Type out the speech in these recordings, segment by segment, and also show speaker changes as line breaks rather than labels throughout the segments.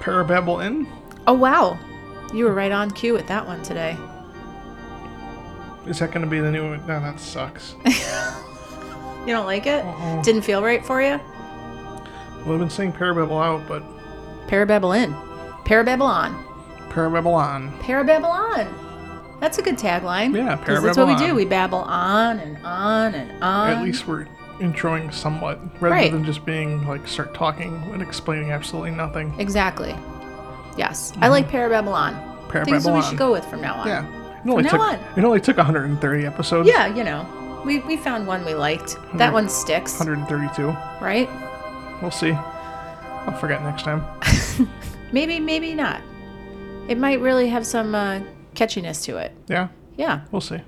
Parababble Inn.
Oh, wow. You were right on cue with that one today.
Is that going to be the new? No, that sucks.
You don't like it?
Uh-uh.
Didn't feel right for you?
well, I've been saying Parababble out, but
Parababble in. Parababble on.
Parababble on.
Parababble on. That's a good tagline.
Yeah,
'Cause That's what we
parababble
do.
on.
We babble on and on and on.
At least we're enjoying somewhat, rather
Right.
than just being like start talking and explaining absolutely nothing.
Exactly. Yes. I like Parababble on. Things that
Mm-hmm.
we
Parababble on.
should go with from now on.
Yeah. It only
now
took
on.
it only took 130 episodes.
Yeah, you know. We, we found one we liked. That one sticks,
132.
right?
We'll see. I'll forget next time.
Maybe, maybe not. It might really have some uh, catchiness to it.
Yeah.
Yeah,
We'll see.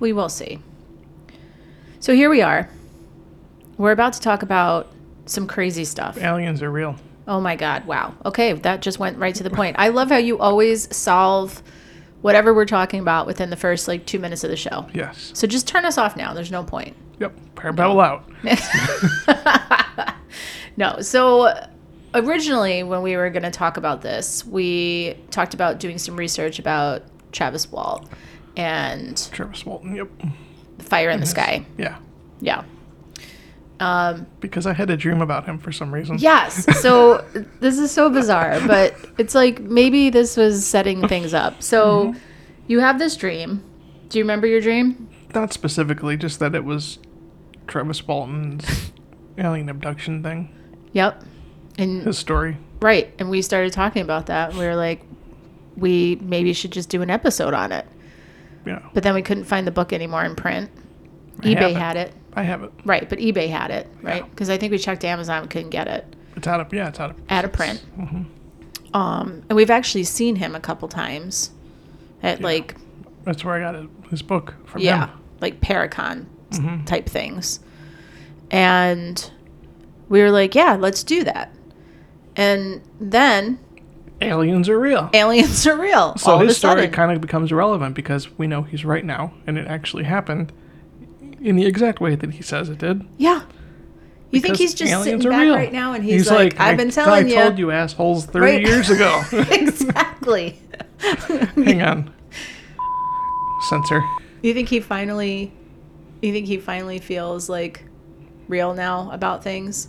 we will see. So here we are. We're about to talk about some crazy stuff.
Aliens are real.
Oh my God. Wow. Okay. That just went right to the point. I love how you always solve whatever we're talking about within the first like two minutes of the show.
Yes.
So just turn us off now. There's no point.
Yep. Parababble out.
No. So originally, when we were going to talk about this, we talked about doing some research about Travis Wall and
Travis Walton. Yep.
Fire in the Sky.
Yeah.
Yeah. Um,
Because I had a dream about him for some reason.
Yes. So this is so bizarre, but it's like maybe this was setting things up. So you have this dream. Do you remember your dream?
Not specifically, just that it was Travis Walton's alien abduction thing.
Yep. And
His story.
Right. And we started talking about that. We were like, we maybe should just do an episode on it.
Yeah.
But then we couldn't find the book anymore in print.
have
eBay
it.
had it.
I have it.
Right. But eBay had it. Right. Because I think we checked Amazon, couldn't get it
It's out of yeah, it's out of Mm-hmm.
out of print. Um, and we've actually seen him a couple times at like,
That's where I got it, his book from
yeah,
him.
like Paracon type things. And we were like, yeah, let's do that. And then
Mm-hmm. Aliens are real.
aliens are real.
so
all of a
his story
sudden.
kind of becomes relevant because we know he's right now, and it actually happened in the exact way that he says it did.
Yeah. You think
Because
he's just
aliens
sitting
are
back
real.
right now and he's, like,
I-
I've been telling
I
you.
told you assholes 30
Right.
years ago.
exactly.
Hang on. Censor.
You think he finally you think he finally feels like real now about things?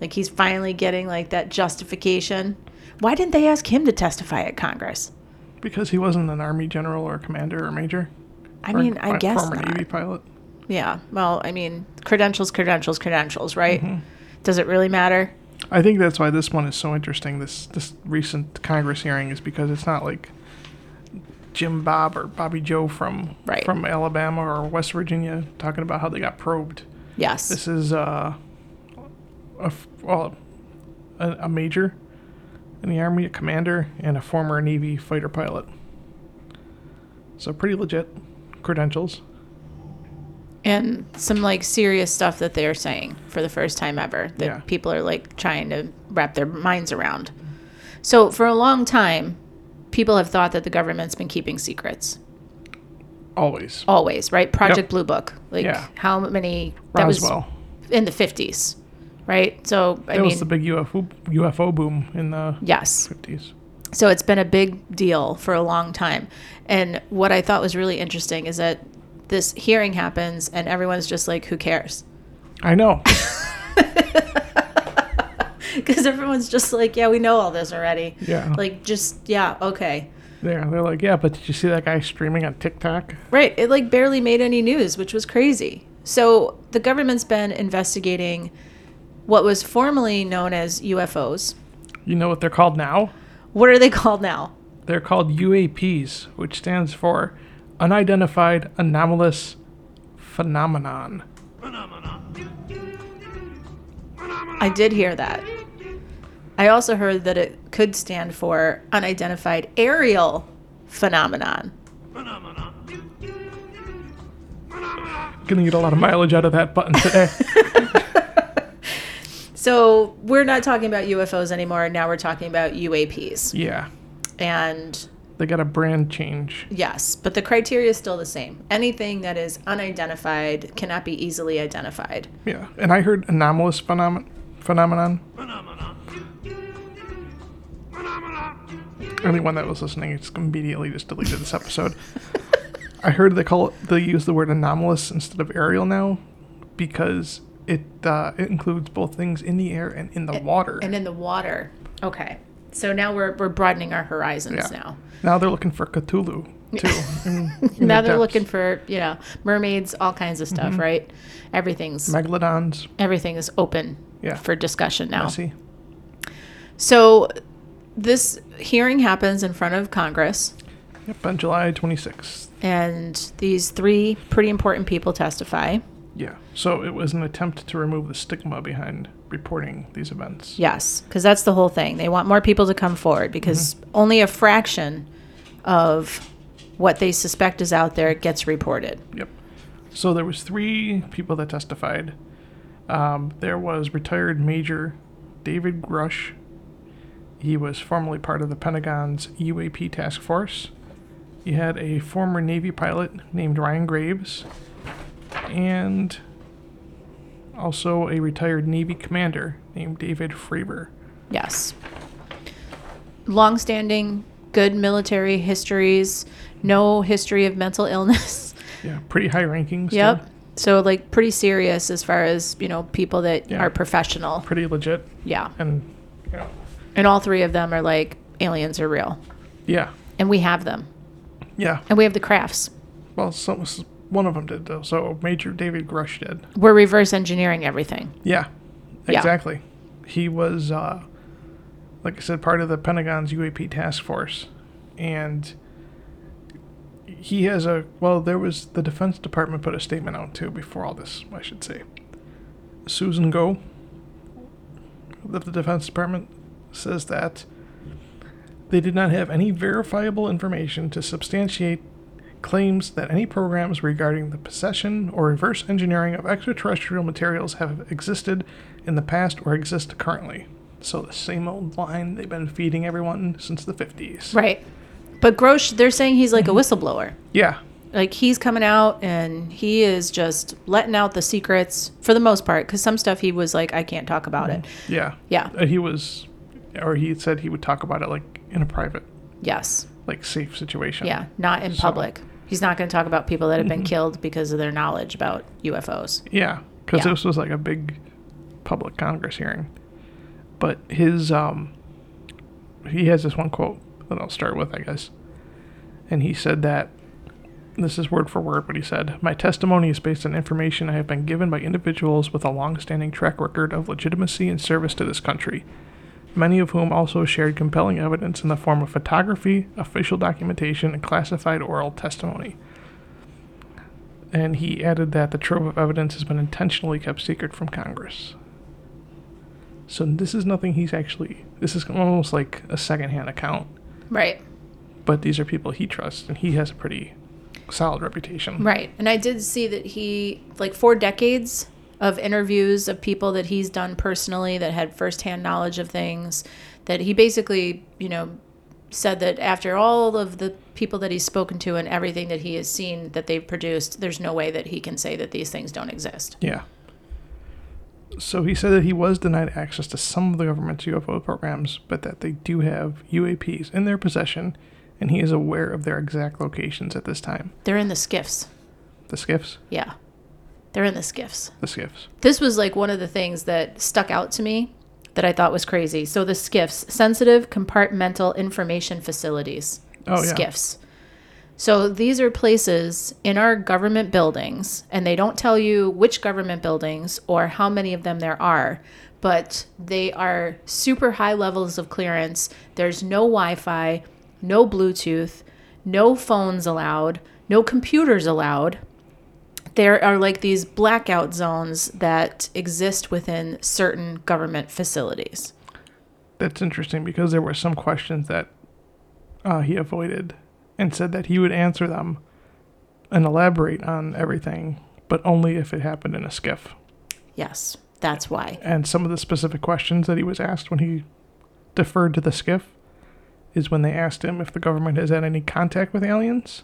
Like he's finally getting like that justification. Why didn't they ask him to testify at Congress?
Because he wasn't an army general or commander or major.
I
or
mean, I
fi-
guess
Former Navy
not.
pilot.
Yeah. Well, I mean, credentials, credentials, credentials, right?
Mm-hmm.
Does it really matter?
I think that's why this one is so interesting. This this recent Congress hearing is because it's not like Jim Bob or Bobby Joe from
Right.
from Alabama or West Virginia talking about how they got probed.
Yes.
This is uh, a f- well, a, a major in the army, a commander, and a former Navy fighter pilot. So pretty legit credentials.
and some like serious stuff that they're saying for the first time ever that
Yeah.
people are like trying to wrap their minds around. So for a long time, people have thought that the government's been keeping secrets
Always.
always, right? Project Blue Book, like
Yeah.
how many that
Roswell.
was in the fifties, right? So I
that
mean,
was the big UFO UFO boom in the
yes,
50s.
So it's been a big deal for a long time. And what I thought was really interesting is that this hearing happens and everyone's just like, who cares?
I know.
Because everyone's just like, yeah, we know all this already.
Yeah.
Like, just, yeah, okay.
They're, they're like, yeah, but did you see that guy streaming on TikTok?
Right. It like barely made any news, which was crazy. So the government's been investigating what was formerly known as UFOs.
You know what they're called now?
What are they called now?
They're called UAPs, which stands for Unidentified Anomalous Phenomenon.
I did hear that. I also heard that it could stand for unidentified aerial phenomenon.
Gonna get a lot of mileage out of that button today.
So we're not talking about UFOs anymore. Now we're talking about UAPs.
yeah.
And
They got a brand change.
yes, but the criteria is still the same. Anything that is unidentified cannot be easily identified.
Yeah. And I heard anomalous phenom- phenomenon. anyone that was listening, it's immediately just deleted this episode. I heard they call it, they use the word anomalous instead of aerial now because it uh, it includes both things in the air and in the water.
and in the water. Okay. So now we're, we're broadening our horizons
Yeah.
now.
now they're looking for Cthulhu too. in- in
Now
the depths.
they're
Mm-hmm.
looking for, you know, mermaids, all kinds of stuff, right? Everything's
megalodons.
everything is open
Yeah.
for discussion now.
I see.
So this hearing happens in front of Congress,
Yep, on July 26th.
and these three pretty important people testify.
Yeah. So it was an attempt to remove the stigma behind reporting these events.
Yes, because that's the whole thing. They want more people to come forward because only a fraction of what they suspect is out there gets reported.
Yep. So there was three people that testified. Um, there was retired Major David Grush. He was formerly part of the Pentagon's UAP task force. You had a former Navy pilot named Ryan Graves, and also a retired Navy commander named David Fravor.
Yes. Longstanding good military histories, no history of mental illness.
Yeah, pretty high rankings.
Yep. So like pretty serious as far as, you know, people that
Yeah.
are professional.
Pretty legit,
Yeah.
and you know,
And all three of them are like aliens are real.
yeah,
And we have them.
yeah.
And we have the crafts.
Well, some one of them did though. So Major David Grush did.
We're reverse engineering everything.
Yeah,
Yeah.
exactly. He was, uh, like I said, part of the Pentagon's UAP task force, and he has a well. There was the Defense Department put a statement out too before all this, I should say. Susan Go, that the Defense Department says that they did not have any verifiable information to substantiate claims that any programs regarding the possession or reverse engineering of extraterrestrial materials have existed in the past or exist currently. So the same old line they've been feeding everyone since the 50s.
Right. But Grosh, they're saying he's like a whistleblower.
Yeah.
Like he's coming out and he is just letting out the secrets for the most part cuz some stuff he was like I can't talk about it.
Yeah.
Yeah.
Uh, He was or he said he would talk about it like in a private,
Yes.
like safe situation.
Yeah, not in public. He's not going to talk about people that have been killed because of their knowledge about UFOs.
Yeah, because
Yeah.
this was like a big public Congress hearing. But his, um, he has this one quote that I'll start with, I guess. And he said that, this is word for word what he said My testimony is based on information I have been given by individuals with a long standing track record of legitimacy and service to this country, many of whom also shared compelling evidence in the form of photography, official documentation, and classified oral testimony and he added that the trove of evidence has been intentionally kept secret from Congress. So this is nothing he's actually. This is almost like a secondhand account,
Right.
but these are people he trusts, and he has a pretty solid reputation.
Right. And I did see that he, like, four decades of interviews of people that he's done personally that had firsthand knowledge of things, that he basically, you know, said that after all of the people that he's spoken to and everything that he has seen that they've produced, there's no way that he can say that these things don't exist.
Yeah. So he said that he was denied access to some of the government's UFO programs, but that they do have UAPs in their possession, and he is aware of their exact locations at this time.
They're in the skiffs.
The skiffs,
Yeah. They're in the skiffs.
the skiffs.
this was like one of the things that stuck out to me that I thought was crazy. So the skiffs, sensitive compartmental information facilities,
Oh, yeah.
skiffs. So these are places in our government buildings, and they don't tell you which government buildings or how many of them there are, but they are super high levels of clearance. There's no Wi-Fi, no Bluetooth, no phones allowed, no computers allowed there are like these blackout zones that exist within certain government facilities.
That's interesting because there were some questions that uh, he avoided and said that he would answer them and elaborate on everything, but only if it happened in a skiff.
Yes, that's why.
And some of the specific questions that he was asked when he deferred to the skiff is when they asked him if the government has had any contact with aliens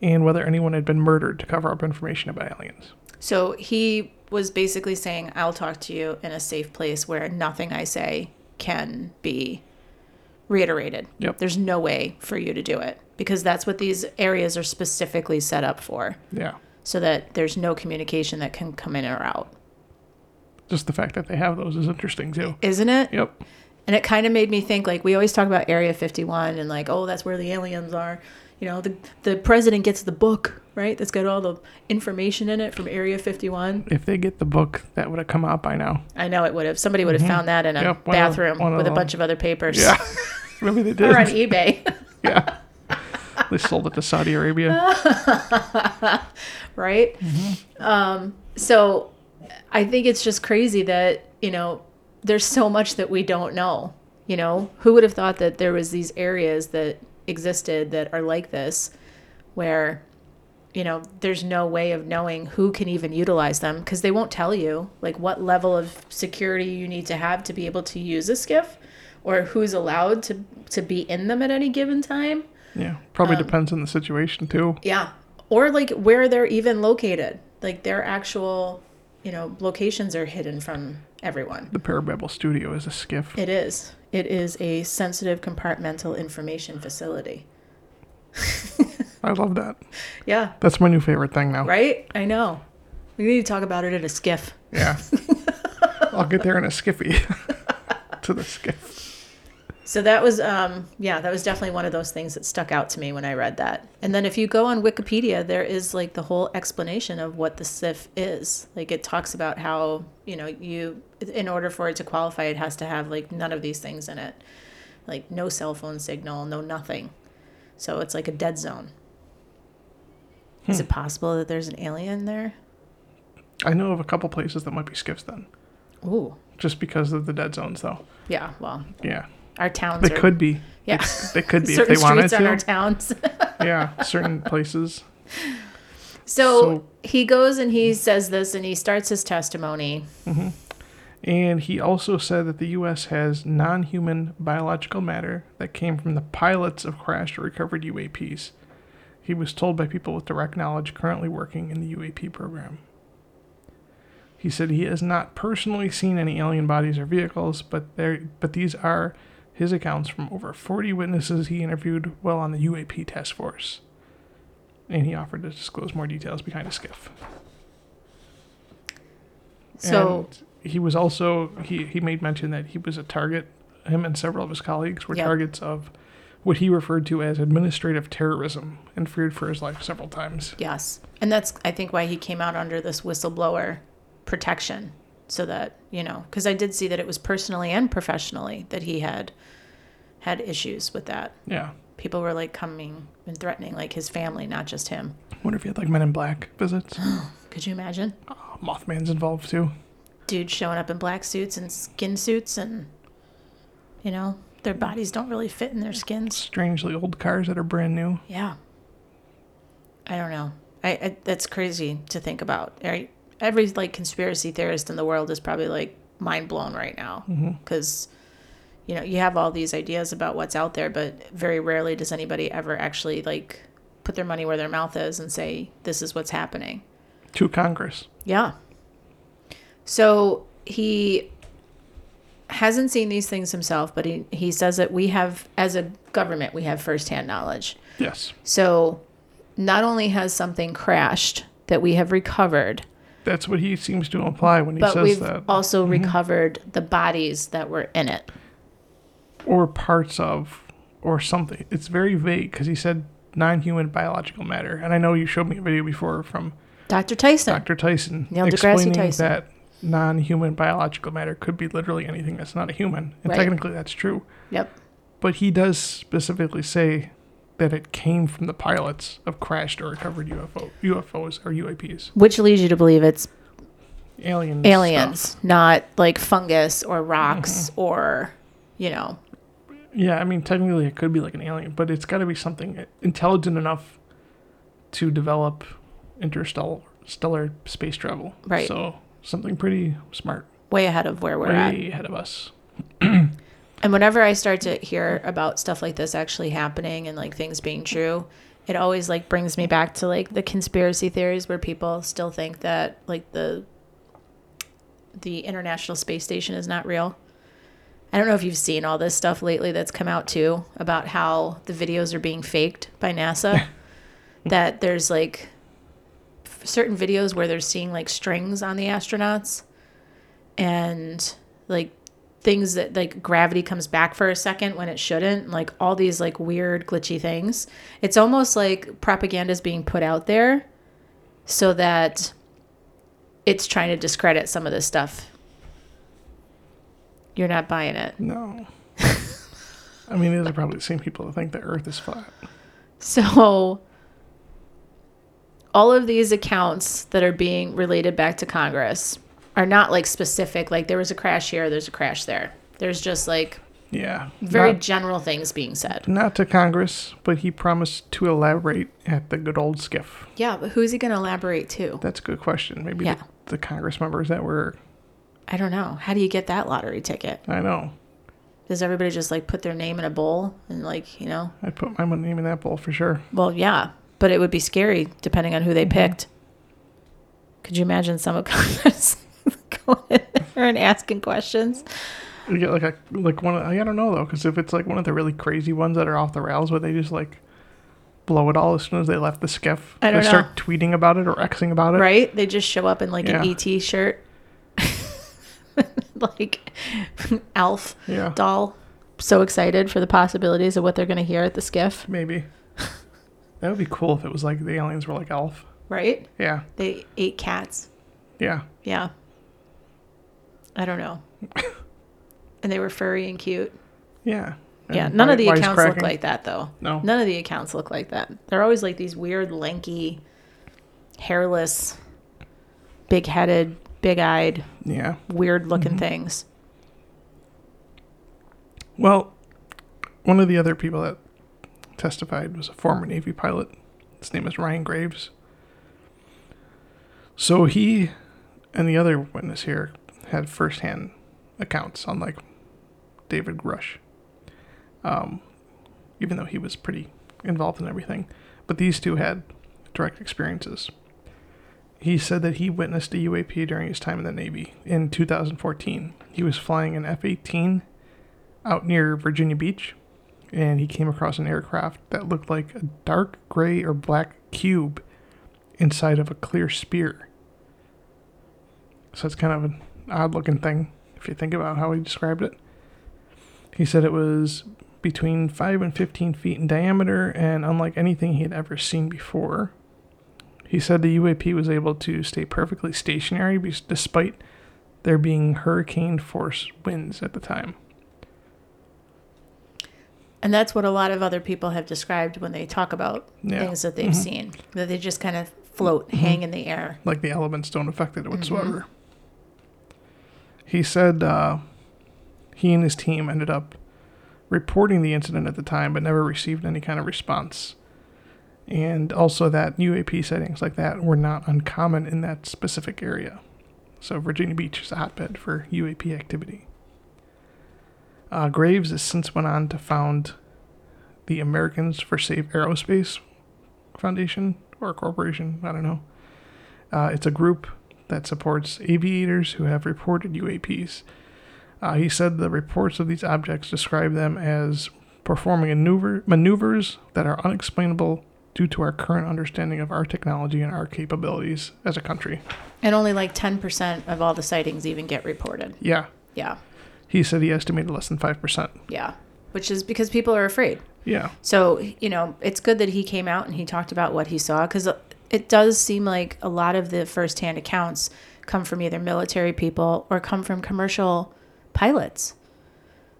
and whether anyone had been murdered to cover up information about aliens.
So he was basically saying, I'll talk to you in a safe place where nothing I say can be reiterated.
Yep.
There's no way for you to do it because that's what these areas are specifically set up for,
Yeah.
so that there's no communication that can come in or out.
Just the fact that they have those is interesting too.
Isn't it?
Yep.
And it kind of made me think like we always talk about Area 51 and like oh that's where the aliens are. You know, the the president gets the book, right? That's got all the information in it from Area 51.
If they get the book, that would have come out by now.
I know it would have. Somebody would have found that in a
Yep, Mm-hmm. one of-
bathroom
one of
with a
them.
bunch of other papers.
Yeah. Maybe they did.
or on eBay,
Yeah. they sold it to Saudi
Uh,
Arabia.
right? Um, so I think it's just crazy that, you know, there's so much that we don't know. You know, who would have thought that there was these areas that existed that are like this where you know, there's no way of knowing who can even utilize them because they won't tell you like what level of security you need to have to be able to use a skiff or who's allowed to to be in them at any given time.
Yeah. Probably
um,
depends on the situation too.
Yeah. Or like where they're even located. Like their actual, you know, locations are hidden from everyone.
The Parababble Studio is a skiff.
It is. It is a sensitive compartmental information facility.
I love that.
Yeah.
That's my new favorite thing now.
Right? I know. We need to talk about it at a skiff.
Yeah. I'll get there in a skiffy. to the skiff.
So that was um yeah, that was definitely one of those things that stuck out to me when I read that. And then if you go on Wikipedia, there is like the whole explanation of what the SIF is. Like it talks about how, you know, you in order for it to qualify, it has to have like none of these things in it. Like no cell phone signal, no nothing. So it's like a dead zone. Is
Hmm.
it possible that there's an alien there?
I know of a couple places that might be skiffs then.
Ooh.
Just because of the dead zones though.
Yeah, well,
Yeah.
our towns
They
are
could be.
yeah.
They could be if
Certain
they wanted
streets on our
to.
towns.
yeah. Certain places.
So,
So-
he goes and he says this and he starts his testimony.
Mm-hmm. And he also said that the U.S. has non human biological matter that came from the pilots of crashed or recovered UAPs. He was told by people with direct knowledge currently working in the UAP program. He said he has not personally seen any alien bodies or vehicles, but, there, but these are his accounts from over 40 witnesses he interviewed while on the UAP task force. And he offered to disclose more details behind a skiff.
So,
And he was also he he made mention that he was a target. Him and several of his colleagues were
Yep.
targets of what he referred to as administrative terrorism and feared for his life several times.
yes. And that's, I think, why he came out under this whistleblower protection. So that, you know, because I did see that it was personally and professionally that he had had issues with that.
Yeah.
People were like coming and threatening, like his family, not just him.
Wonder if he had like Men in Black visits.
Could you imagine?
Oh, Mothman's involved too.
Dudes showing up in black suits and skin suits and, you know, their bodies don't really fit in their skins.
Strangely old cars that are brand new.
Yeah. I don't know. I, I that's crazy to think about. Every, every like conspiracy theorist in the world is probably like mind blown right now because you know you have all these ideas about what's out there, but very rarely does anybody ever actually like put their money where their mouth is and say this is what's happening.
To Congress.
Yeah. So he hasn't seen these things himself, but he, he says that we have, as a government, we have firsthand knowledge.
Yes.
So not only has something crashed that we have recovered,
That's what he seems to imply when he
but
says
we've
that. Mm-hmm.
also recovered the bodies that were in it.
or parts of or something. It's very vague because he said non human biological matter. And I know you showed me a video before from
Dr. Tyson.
Dr. Tyson
Neil deGrasse
explaining
Tyson.
that non-human biological matter could be literally anything that's not a human, and
Right.
technically that's true.
Yep.
But he does specifically say that it came from the pilots of crashed or recovered UFO, UFOs or UAPs,
Which leads you to believe it's
alien
aliens,
stuff. Mm-hmm.
not like fungus or rocks or, you know,
Yeah, I mean technically it could be like an alien, but it's got to be something intelligent enough to develop interstellar stellar space travel.
Right.
So something pretty smart,
way ahead of where we're at.
way ahead of us.
And whenever I start to hear about stuff like this actually happening and like things being true, it always like brings me back to like the conspiracy theories where people still think that like the the International Space Station is not real. I don't know if you've seen all this stuff lately that's come out too about how the videos are being faked by NASA. that there's like f- certain videos where they're seeing like strings on the astronauts and like things that like gravity comes back for a second when it shouldn't and, like all these like weird glitchy things it's almost like propaganda is being put out there so that it's trying to discredit some of this stuff you're not buying it
No. I mean, these are probably the same people that think the Earth is flat.
So all of these accounts that are being related back to Congress are not like specific like there was a crash here, there's a crash there. There's just like
Yeah.
very
Not,
general things being said.
not to Congress, but he promised to elaborate at the good old skiff.
Yeah, but who's he going to elaborate to?
That's a good question. Maybe
Yeah.
the, the Congress members that were,
I don't know. How do you get that lottery ticket?
I know,
Does everybody just like put their name in a bowl and like, you know?
I'd put my name in that bowl for sure.
Well, yeah, but it would be scary depending on who they picked. Could you imagine some of Congress going in there and asking questions?
You get like a like one. Of, I don't know though, because if it's like one of the really crazy ones that are off the rails, where they just like blow it all as soon as they left the skiff,
I don't
they start tweeting about it or xing about it.
right? They just show up in like an
Yeah.
ET shirt, like Alf
Yeah,
doll. So excited for the possibilities of what they're going to hear at the skiff,
maybe that would be cool if it was like the aliens were like elf.
right?
Yeah,
They ate cats.
yeah.
Yeah. I don't know. and they were furry and cute.
Yeah.
yeah.
And
None of
wi-
the accounts
wisecracking.
look like that, though.
No.
None of the accounts look like that. They're always like these weird, lanky, hairless, big headed, big eyed,
Yeah.
weird
Mm-hmm.
looking things.
Well, one of the other people that testified was a former Navy pilot. His name is Ryan Graves. So he and the other witness here had firsthand accounts, unlike David Grush, um, even though he was pretty involved in everything. But these two had direct experiences. He said that he witnessed a UAP during his time in the Navy in 2014. He was flying an F 18 out near Virginia Beach, and he came across an aircraft that looked like a dark gray or black cube inside of a clear sphere. So it's kind of an odd looking thing if you think about how he described it. He said it was between 5 and 15 feet in diameter and unlike anything he had ever seen before. He said the UAP was able to stay perfectly stationary bes- despite there being hurricane force winds at the time.
And that's what a lot of other people have described when they talk about
Yeah. Mm-hmm.
things that they've seen, that they just kind of float, hang in the air.
like the elements don't affect it whatsoever. He said uh, he and his team ended up reporting the incident at the time, but never received any kind of response. And also that UAP sightings like that were not uncommon in that specific area. So Virginia Beach is a hotbed for UAP activity. Uh, Graves has since went on to found the Americans for Safe Aerospace Foundation or corporation, I don't know. Uh, it's a group that supports aviators who have reported UAPs. Uh, he said the reports of these objects describe them as performing maneuver- maneuvers that are unexplainable due to our current understanding of our technology and our capabilities as a country.
And only like 10% of all the sightings even get reported.
Yeah,
Yeah.
he said he estimated less than 5%.
Yeah. Which is because people are afraid.
Yeah,
So, you know, it's good that he came out and he talked about what he saw because it does seem like a lot of the firsthand accounts come from either military people or come from commercial pilots.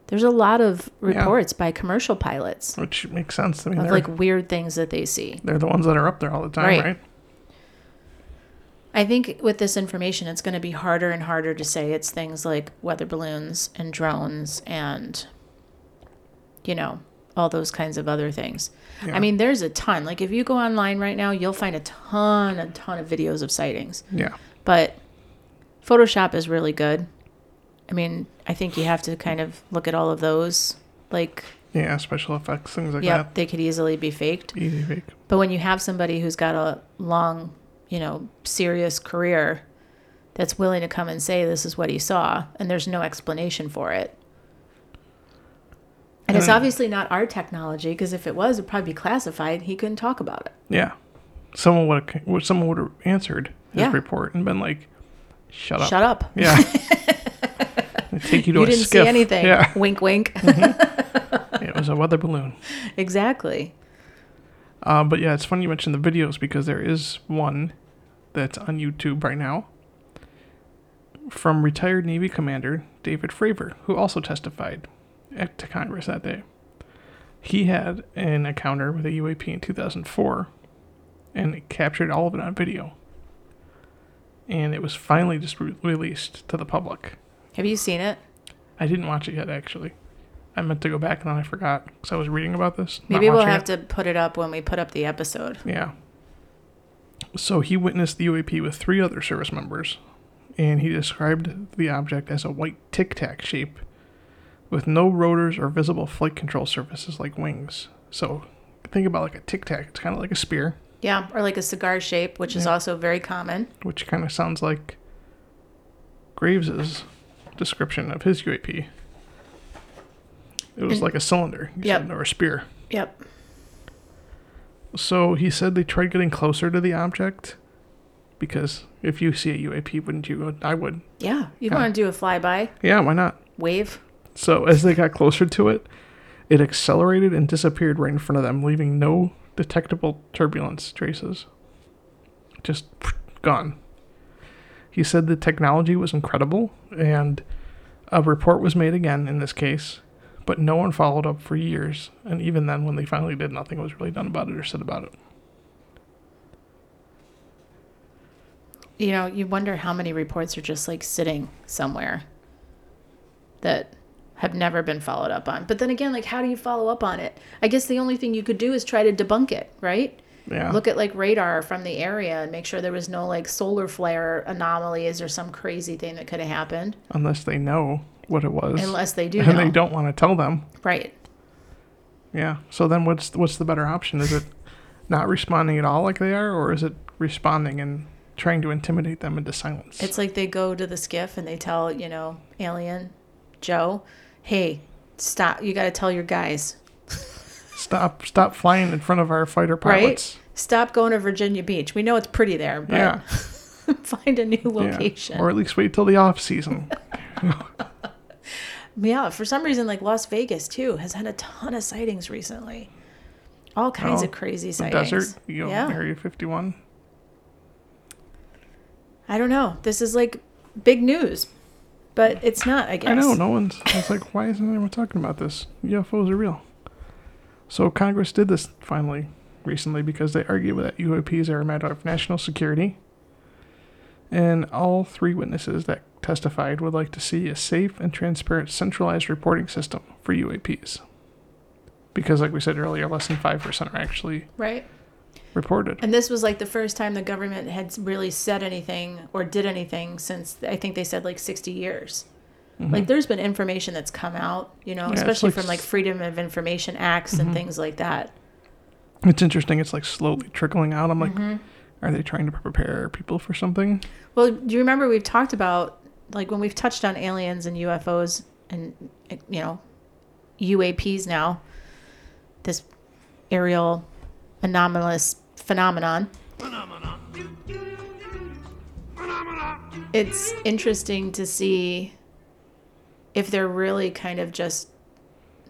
There's a lot of reports by commercial pilots
which makes sense. I mean,
of
they're,
like weird things that they see.
they're the ones that are up there all the time,
Right.
right?
I think with this information, it's going to be harder and harder to say it's things like weather balloons and drones and, you know, all those kinds of other things. I
Yeah.
mean, there's a ton. Like, if you go online right now, you'll find a ton, a ton of videos of sightings.
Yeah,
But Photoshop is really good. I mean, I think you have to kind of look at all of those. Like,
yeah, special effects, things like
yeah, they could easily be faked.
that. Easy fake.
But when you have somebody who's got a long, you know, serious career that's willing to come and say this is what he saw and there's no explanation for it, And it's
And-
obviously not our technology because if it was, it'd probably be classified. He couldn't talk about it.
Yeah. Someone would have someone would have answered his
Yeah.
report and been like, "Shut up."
Shut up.
Yeah. They take you to
You
a
didn't
skiff.
see anything.
Yeah.
Wink, wink.
it was a weather balloon.
exactly.
Uh, but yeah, it's funny you mentioned the videos because there is one that's on YouTube right now from retired Navy Commander David Fravor, who also testified at, to Congress that day. He had an encounter with a UAP in 2004 and it captured all of it on video. And it was finally just re- released to the public.
Have you seen it?
I didn't watch it yet, actually. I meant to go back and then I forgot because I was reading about this. not
Maybe we'll
watching
have
it.
to put it up when we put up the episode.
Yeah. So he witnessed the UAP with three other service members, and he described the object as a white tic tac shape with no rotors or visible flight control surfaces like wings. So think about like a tic tac, it's kind of like a spear,
Yeah, or like a cigar shape, which is
Yeah.
also very common.
which kind of sounds like Graves's description of his UAP. It was
And-
like a cylinder, he
Yep.
said, or a spear.
Yep.
So he said they tried getting closer to the object because if you see a UAP, wouldn't you? I would.
Yeah. You
Yeah.
want to do a flyby
Yeah, why not?
wave?
So as they got closer to it, it accelerated and disappeared right in front of them, leaving no detectable turbulence traces. Just gone. He said the technology was incredible, and a report was made again in this case, but no one followed up for years. And even then, when they finally did, nothing was really done about it or said about it.
You know, you wonder how many reports are just like sitting somewhere that have never been followed up on. But then again, like, how do you follow up on it? I guess the only thing you could do is try to debunk it, right?
Yeah.
look at like radar from the area and make sure there was no like solar flare anomalies or some crazy thing that could have happened
unless they know what it was.
unless they do
and
know.
they don't want to tell them.
right
Yeah. So then what's what's the better option? Is it not responding at all like they are or is it responding and trying to intimidate them into silence?
it's like they go to the skiff and they tell you know alien joe hey stop you got to tell your guys
stop stop flying in front of our fighter
Right.
pilots.
stop going to virginia beach we know it's pretty there but
Yeah.
find a new
yeah.
location
Or at least wait till the off season.
yeah for some reason like las vegas too has had a ton of sightings recently all kinds
Oh,
of crazy
the
sightings
desert, you go Area 51.
I don't know. This is like big news, but it's not, I guess.
I know, no one's. It's like, why isn't anyone talking about this? UFOs are real. So Congress did this finally recently because they argue that UAPs are a matter of national security. And all three witnesses that testified would like to see a safe and transparent centralized reporting system for UAPs. Because, like we said earlier, less than 5% are actually
Right?
reported.
And this was like the first time the government had really said anything or did anything since I think they said like 60 years.
Mm-hmm.
Like there's been information that's come out, you know,
Yeah, it's
especially
like
from like
s- Mm-hmm.
Freedom of Information Acts and things like that.
It's interesting. It's like slowly trickling out. I'm like,
Mm-hmm.
are they trying to prepare people for something?
Well, do you remember we've talked about like when we've touched on aliens and UFOs and you know UAPs now, this aerial anomalous phenomenon. It's interesting to see if they're really kind of just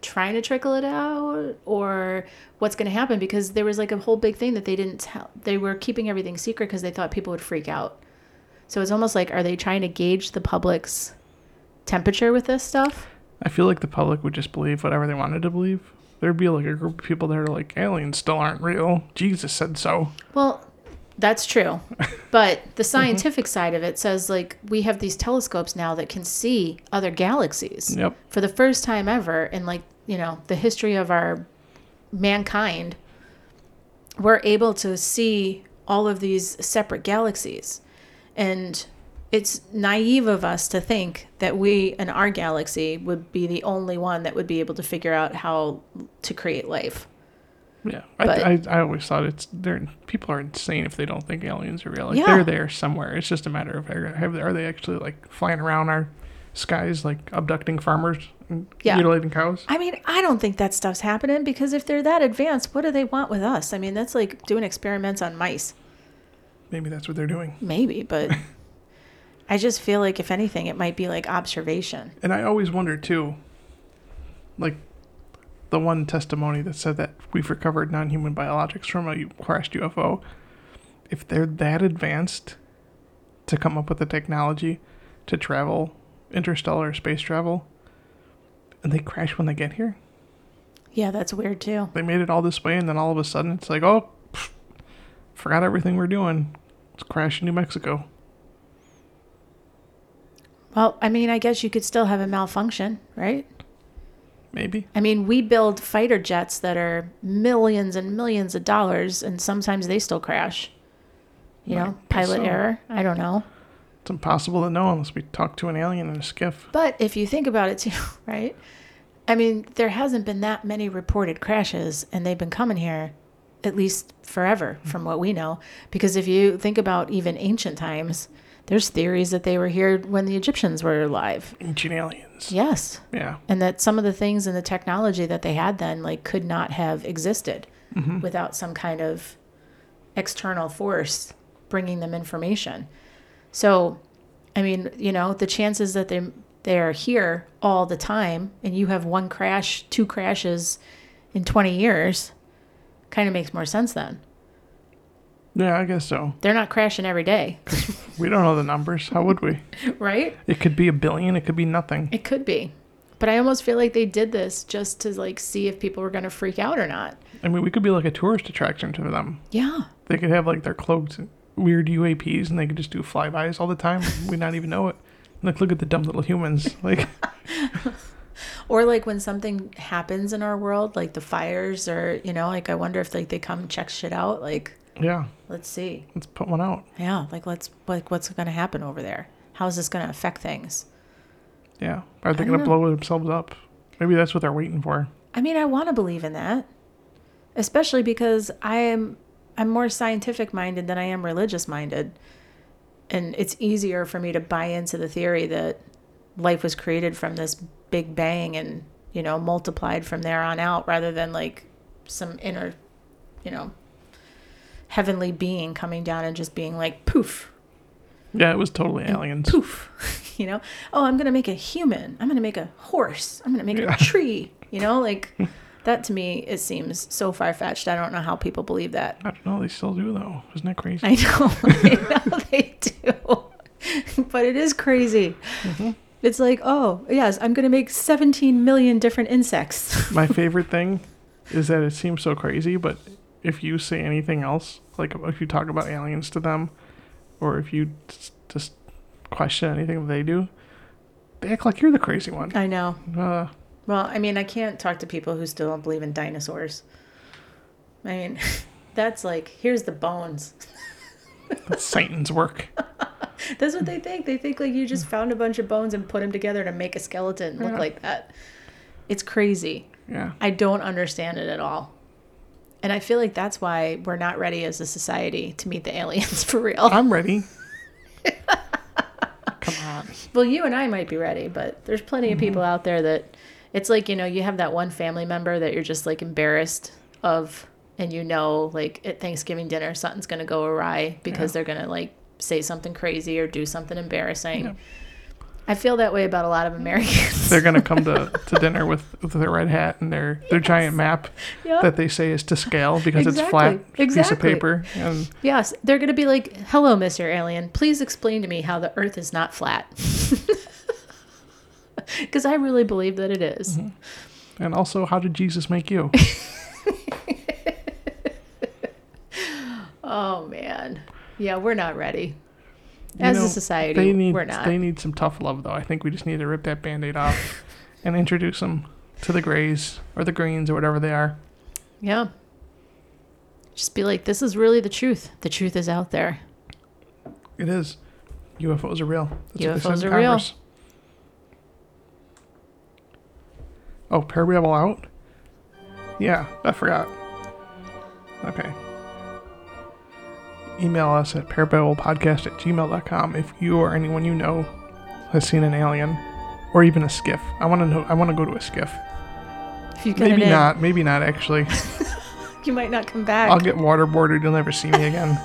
trying to trickle it out or what's going to happen because there was like a whole big thing that they didn't tell they were keeping everything secret because they thought people would freak out so it's almost like, are they trying to gauge the public's temperature with this stuff?
I feel like the public would just believe whatever they wanted to believe. There'd be like a group of people that are like, aliens still aren't real. Jesus said so. Mhm.
Well, that's true. But the scientific side of it says, like, we have these telescopes now that can see other galaxies
Yep.
for the first time ever in, like, you know, the history of our mankind. We're able to see all of these separate galaxies. And it's naive of us to think that we in our galaxy would be the only one that would be able to figure out how to create life.
Yeah. I,
But-
I, I always thought it's they're people are insane if they don't think aliens are real. Like
Yeah.
they're there somewhere. It's just a matter of are, have, are they actually like flying around our skies like abducting farmers and
Yeah.
mutilating cows.
I mean, I don't think that stuff's happening because if they're that advanced, what do they want with us? I mean, that's like doing experiments on mice.
Maybe that's what they're doing.
Maybe, but I just feel like if anything, it might be like observation.
And I always wonder too, like the one testimony that said that we've recovered non-human biologics from a crashed UFO. If they're that advanced to come up with the technology to travel interstellar space travel, and they crash when they get here,
Yeah, that's weird too.
they made it all this way, and then all of a sudden it's like, oh, pff, forgot everything we're doing. Let's crash in New Mexico.
Well, I mean, I guess you could still have a malfunction, right?
Maybe.
I mean, we build fighter jets that are millions and millions of dollars, and sometimes they still crash. You
I
know,
guess
pilot
so.
error. I don't know.
It's impossible to know unless we talk to an alien in a skiff.
But if you think about it too, right? I mean, there hasn't been that many reported crashes, and they've been coming here at least forever, from what we know. Because if you think about even ancient times, there's theories that they were here when the Egyptians were alive.
Ancient aliens.
Yes.
Yeah.
And that some of the things and the technology that they had then, like, could not have existed without some kind of external force bringing them information. So, I mean, you know, the chances that they they are here all the time, and you have one crash, two crashes in 20 years, kind of makes more sense then.
Yeah, I guess so.
They're not crashing every day,
We don't know the numbers. How would we?
right?
It could be a billion, it could be nothing.
It could be. But I almost feel like they did this just to like see if people were going to freak out or not.
I mean, we could be like a tourist attraction to them.
Yeah.
They could have like their cloaked weird UAPs and they could just do flybys all the time. We not even know it. Like, look at the dumb little humans. Like,
or like when something happens in our world like the fires or you know like i wonder if like they come and check shit out like
yeah,
let's see
let's put one out.
yeah like let's like what's going to happen over there how is this going to affect things
Yeah. Are they
I
going to
don't
blow themselves up? Maybe that's what they're waiting for.
i mean i want to believe in that especially because i am i'm more scientific minded than i am religious minded and it's easier for me to buy into the theory that life was created from this big bang and you know multiplied from there on out rather than like some inner you know heavenly being coming down and just being like poof
Yeah, it was totally aliens.
poof you know oh i'm gonna make a human i'm gonna make a horse i'm gonna make
Yeah.
a tree you know like that to me it seems so far-fetched i don't know how people believe that
I don't know. They still do, though. Isn't that crazy?
I know, I know they do. but it is crazy.
Mm-hmm.
It's like, oh, yes, I'm going to make 17 million different insects.
My favorite thing is that it seems so crazy, but if you say anything else, like if you talk about aliens to them, or if you s- just question anything they do, they act like you're the crazy one.
I know.
Uh,
Well, I mean, I can't talk to people who still don't believe in dinosaurs. I mean, that's like, here's the bones.
that's Satan's work.
That's what they
Mm.
think. They think like you just found a bunch of bones and put them together to make a skeleton look
Yeah.
like that. It's crazy.
Yeah.
I don't understand it at all. And I feel like that's why we're not ready as a society to meet the aliens for real.
I'm ready. Come on.
Well, you and I might be ready, but there's plenty of
Mm-hmm.
people out there that it's like, you know, you have that one family member that you're just like embarrassed of and you know like at Thanksgiving dinner something's going to go awry because
Yeah.
they're going to like say something crazy or do something embarrassing.
Yeah.
I feel that way about a lot of Americans.
They're going to come to, to dinner with, with their red hat and their, their giant map
Yeah.
that they say is to scale because it's flat piece
Exactly.
of
Exactly.
paper. And
yes, they're going to be like, "Hello, Mr. Alien. Please explain to me how the earth is not flat." Cuz I really believe that it is.
Mm-hmm. mhm. And also, how did Jesus make you?
Oh man. Yeah, we're not ready.
You
As
know,
a society,
they need,
we're not.
They need some tough love, though. I think we just need to rip that band aid off and introduce them to the grays or the greens or whatever they are.
yeah. Just be like, this is really the truth. The truth is out there.
It is. UFOs are real. That's what they
UFOs
said in
are real.
Congress. Oh, Parable Out? Yeah, I forgot. Okay. Email us at parabellpodcast at gmail.com if you or anyone you know has seen an alien or even a skiff. I want to know. I want to go to a skiff.
If you get
Maybe
it in,
not. Maybe not. Actually,
you might not come back.
I'll get waterboarded. You'll never see me again.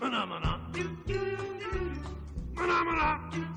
Manamana. Manamana.